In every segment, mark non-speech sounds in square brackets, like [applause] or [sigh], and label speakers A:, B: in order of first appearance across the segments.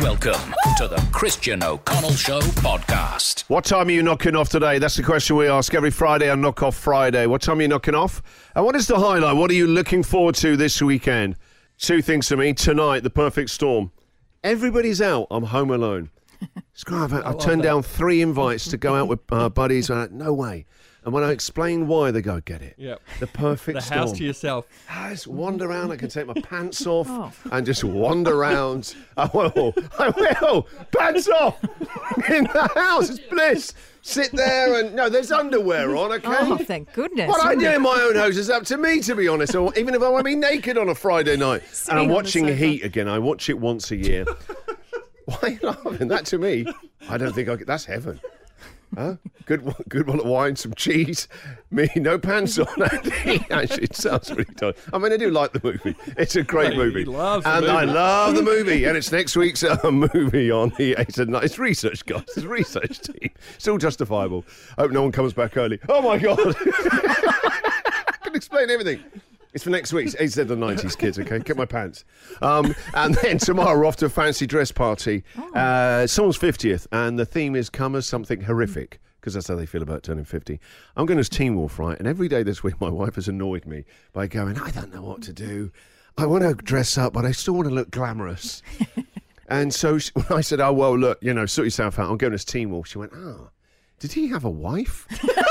A: Welcome to the Christian O'Connell Show podcast.
B: What time are you knocking off today? That's the question we ask every Friday on Knock Off Friday. What time are you knocking off? And what is the highlight? What are you looking forward to this weekend? Two things for me. Tonight, the perfect storm. Everybody's out. I'm home
C: [laughs]
B: alone. It's great. I've, I've turned down three invites to go out with uh, buddies. And I, no way. And when I explain why, they go, get it.
C: Yep.
B: The perfect
C: [laughs] the
B: storm.
C: house to yourself.
B: I just wander around. I can take my pants off
D: Oh.
B: and just wander around. I will. I will. Pants off in the house. It's bliss. Sit there and no, there's underwear on. Okay.
D: Oh, thank goodness.
B: What I
D: Wouldn't
B: do
D: it?
B: in my own house is up to me, to be honest. Or even if I want to be naked on a
D: [laughs]
B: Friday night, and
D: Sitting on
B: I'm
D: the
B: watching
D: sofa.
B: Heat again. I watch it once a year. [laughs] Why are you laughing? That to me, I don't think I could. That's heaven. Huh? Good, one- good one of wine, some cheese, me no pants on. [laughs] Andy. Actually, it sounds really tight. I mean, I do like the movie. It's a great
C: He
B: movie,
C: loves the
B: and I
C: movie.
B: love the movie. And it's next week's uh, movie on the eighth and ninth. It's research, guys. It's research team. It's all justifiable. I hope no one comes back early. Oh my god! can explain everything. It's for next week's AZ the 90s kids, okay? Get my pants. Um, and then [laughs] tomorrow we're off to a fancy dress party. Uh, someone's 50th, and the theme is come as something horrific, because that's how they feel about turning 50. I'm going as Teen Wolf, right? And every day this week, [laughs] my wife has annoyed me by going, I don't know what to do. I want to dress up, but I still want to look glamorous. and so she, [laughs] when I said, Oh, well, look, you know, sort yourself out. I'm going as Teen Wolf. She went, Oh, did he have a wife? [laughs]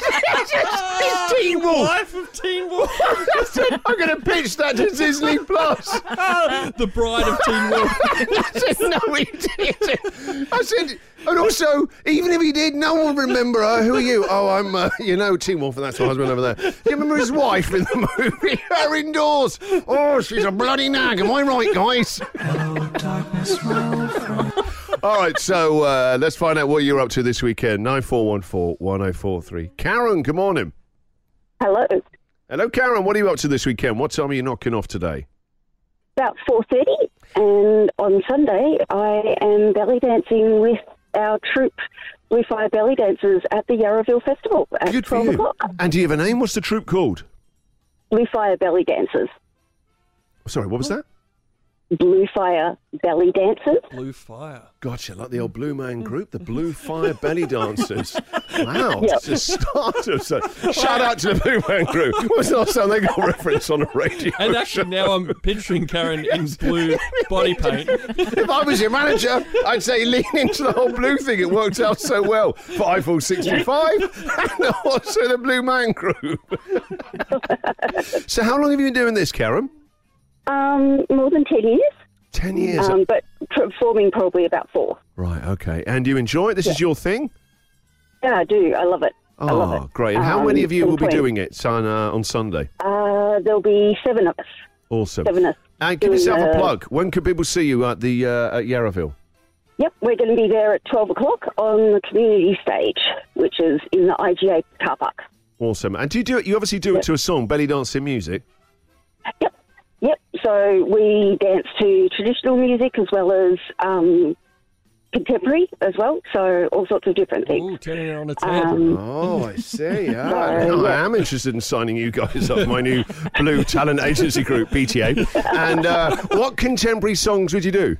B: It's Teen Wolf.
C: Life of Teen Wolf. [laughs]
B: I said, I'm going to pitch that to Disney Plus. [laughs]
C: the bride of Teen Wolf.
B: I said, no, he didn't. I said, and also, even if he did, no one will remember. Oh, who are you? Oh, I'm, uh, you know, Tim Wolf, and that's my husband over there. Do you remember his wife in the movie? [laughs] Her indoors. Oh, she's a bloody nag. Am I right, guys? [laughs] All right, so uh, let's find out what you're up to this weekend. 9414 1043. Karen, good morning.
E: Hello.
B: Hello, Karen. What are you up to this weekend? What time are you knocking off today?
E: About four thirty, and on Sunday I am belly dancing with our troupe, Blue Fire Belly Dancers, at the Yarraville Festival at
B: Good for
E: twelve
B: you.
E: [laughs] o'clock.
B: And do you have a name? What's the troupe called?
E: Blue Fire Belly Dancers.
B: Sorry, what was that?
E: Blue Fire Belly Dancers.
C: Blue fire.
B: Gotcha, like the old Blue Man Group, the
E: [laughs]
B: Blue Fire Belly Dancers. Wow,
E: Yep.
B: it's a start of so. Shout out to the Blue Man Group. What's the last time they got reference on a radio?
C: And actually, now I'm picturing Karen in blue body paint.
B: if I was your manager, I'd say lean into the whole blue thing. It worked out so well for Eiffel 65 and also the Blue Man Group. [laughs] so, how long have you been doing this, Karen?
E: Um, more than ten years,
B: 10 years.
E: um, but performing probably about four.
B: right, okay. And you enjoy it? This is your thing?
E: Yeah, I do. I love it. I love
B: Oh,
E: it.
B: great. And how many
E: Um,
B: of you will be
E: employed.
B: doing it on, uh, on Sunday?
E: Uh, there'll be seven of us.
B: Awesome.
E: Seven of us.
B: And give
E: doing,
B: yourself a
E: uh,
B: plug. When can people see you at the uh, at Yarraville?
E: Yep, we're going to be there at 12 o'clock on the community stage, which is in the IGA car park.
B: Awesome. And do you do it? You obviously do it to a song, belly dancing music.
E: Yep, yep. So we dance to traditional music as well as um, contemporary as well. So all sorts of different things.
C: Ooh, turning it on its head.
E: Um,
B: Oh, I see.
E: [laughs]
B: Yeah.
E: Right.
B: Ah, I am interested in signing you guys up, my new Blue Talent Agency Group (BTA). And uh, what contemporary songs would you do?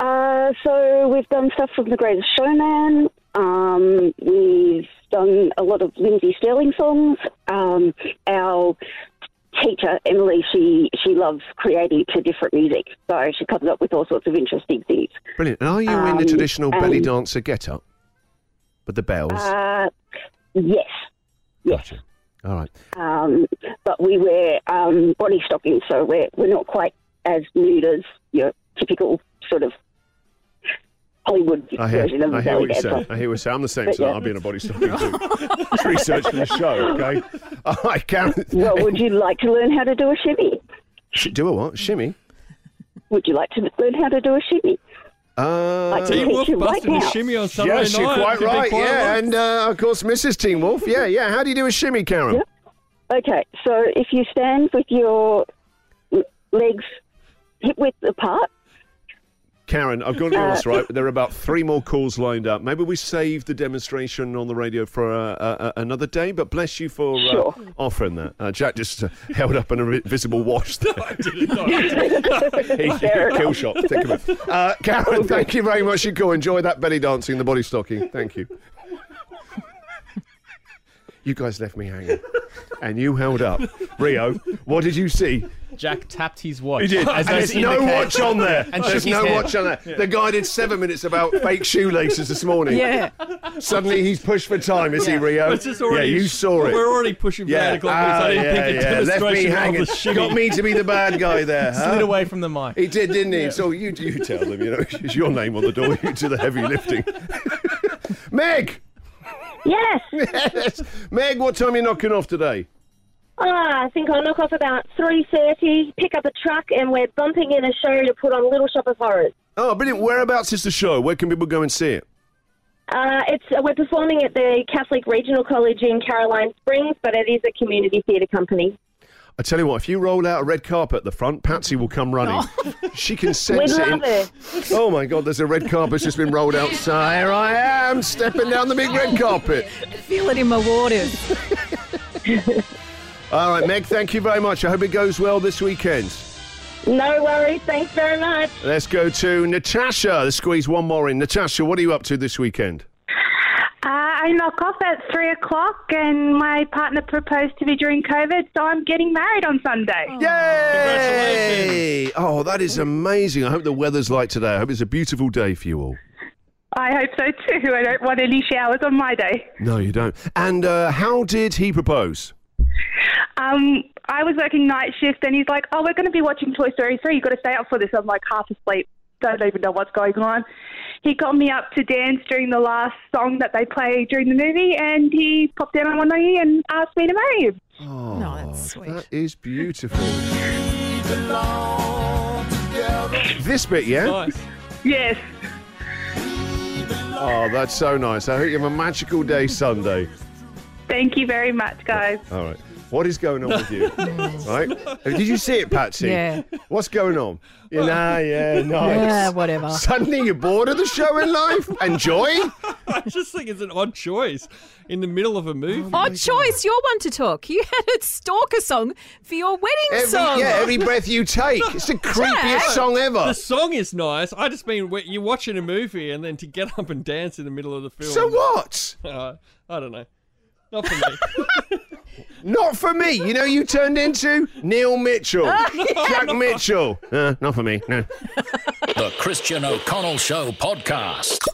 E: uh, so we've done stuff from The Greatest Showman. Um, we've done a lot of Lindsay Sterling songs. Um, our teacher Emily, she she loves creating to different music, so she comes up with all sorts of interesting things.
B: Brilliant. And are you in the
E: Um,
B: traditional belly
E: um,
B: dancer get-up with the bells?
E: Uh, yes,
B: gotcha. All right.
E: um, but we wear um, body stockings, so we're we're not quite as nude as your typical sort of Hollywood
B: I hear,
E: version of
B: I
E: a
B: hear
E: belly
B: what you say.
E: dancer.
B: I hear what you say. I'm the same,
E: But
B: so
E: yeah.
B: I'll be in a body stocking too. it's research for the show,
E: [laughs]
B: okay? All right, Karen.
E: Well,
B: [laughs]
E: would you like to learn how to do a shimmy?
B: Sh- do a what? Shimmy?
E: Would you like to learn how to do a shimmy?
B: Uh,
E: Like
C: Teen Wolf
E: Right
C: busted a
E: now.
C: shimmy on Sunday
B: yes,
C: night.
B: you're quite
C: Did they
B: right.
C: quite
B: Yeah,
C: well?
B: and uh, of course, Mrs. Teen Wolf. Yeah, yeah. How do you do a shimmy, Karen?
E: Okay, so if you stand with your l- legs hip width apart,
B: Karen, I've gone
E: Uh,
B: across, right? There are about three more calls lined up. Maybe we save the demonstration on the radio for uh, uh, another day, but bless you for uh,
E: Sure.
B: offering that. Uh, Jack just [laughs] uh, held up an invisible wash there.
C: I didn't know.
B: He- kill shot. Think of it. Uh, Karen, thank you very much. You go enjoy that belly dancing, the body stocking. Thank you. You guys left me hanging, and you held up. Rio, what did you see?
D: Jack tapped his watch.
B: He did.
D: As
B: and
D: I
B: there's
D: see in
B: no
D: the case.
B: watch on there.
D: And
B: there's
D: shook his
B: no
D: head.
B: watch on there. The guy did seven minutes about fake shoelaces this morning.
F: Yeah.
B: Suddenly he's pushed for time, is he, Rio?
C: It's just already,
B: yeah, you saw it.
C: We're already pushing for
B: yeah, Ah,
C: eight o'clock. because I didn't
B: yeah,
C: think a
B: yeah. Left me
C: demonstration
B: hanging.
C: of the shimmy.
B: Got me to be the bad guy there. huh?
D: Slid away from the mic.
B: He did, didn't he? So you you tell them, you know, [laughs] it's your name on the door. You do the heavy lifting. [laughs] Meg,
G: Yes.
B: [laughs] yes, Meg, what time are you knocking off today?
G: Ah, I think I'll knock off about 3.30, pick up a truck, and we're bumping in a show to put on Little Shop of Horrors.
B: Oh, brilliant! Whereabouts is the show? Where can people go and see it?
G: Uh, it's uh, We're performing at the Catholic Regional College in Caroline Springs, but it is a community theatre company.
B: I tell you what, if you roll out a red carpet at the front, Patsy will come running. She
G: [laughs]
B: can
G: Oh. We'd
B: sense
G: love
B: it.
G: it.
B: in- Oh my God! There's a red carpet's just been rolled out. So here I am, stepping down the big red carpet.
F: Feel it in my waters.
B: All right, Meg, thank you very much. I hope it goes well this weekend.
G: No worries. Thanks very much.
B: Let's go to Natasha. Let's squeeze one more in. Natasha, what are you up to this weekend?
H: Uh, I knock off at three o'clock, and my partner proposed to me during COVID, so I'm getting married on Sunday.
B: Oh. Yay! Oh, that is amazing. I hope the weather's like today. I hope it's a beautiful day for you all.
H: I hope so too. I don't want any showers on my day.
B: No, you don't. And uh, how did he propose?
H: Um, I was working night shift, and he's like, "Oh, we're going to be watching Toy Story three. You've got to stay up for this." I'm like half asleep. Don't even know what's going on. He got me up to dance during the last song that they play during the movie, and he popped down on one knee and asked me to marry him.
B: Oh,
F: No, that's sweet.
B: That is beautiful. This bit, yeah?
C: [laughs] Nice.
H: Yes.
B: Oh, that's so nice. I hope you have a magical day Sunday.
H: Thank you very much, guys.
B: All right. What is going on with you? right? Did you see it, Patsy?
F: Yeah.
B: What's going on? Yeah, nah, yeah, nice.
F: Yeah, whatever.
B: Suddenly you're bored of the show in life and joy?
C: I just think it's an odd choice in the middle of a
E: Oh,
C: movie.
F: Odd choice. Oh, You're one to talk. You had a stalker song for your wedding
B: Every,
F: song.
B: yeah, every breath you take. It's the creepiest
F: Jack.
B: song ever.
C: The song is nice. I just mean wh- you're watching a movie and then to get up and dance in the middle of the film.
B: So what?
C: Uh, I don't know. Not for me.
B: Not for me. You know, who you turned into Neil Mitchell, Jack Mitchell. Uh, not for me. No.
A: The Christian O'Connell Show podcast.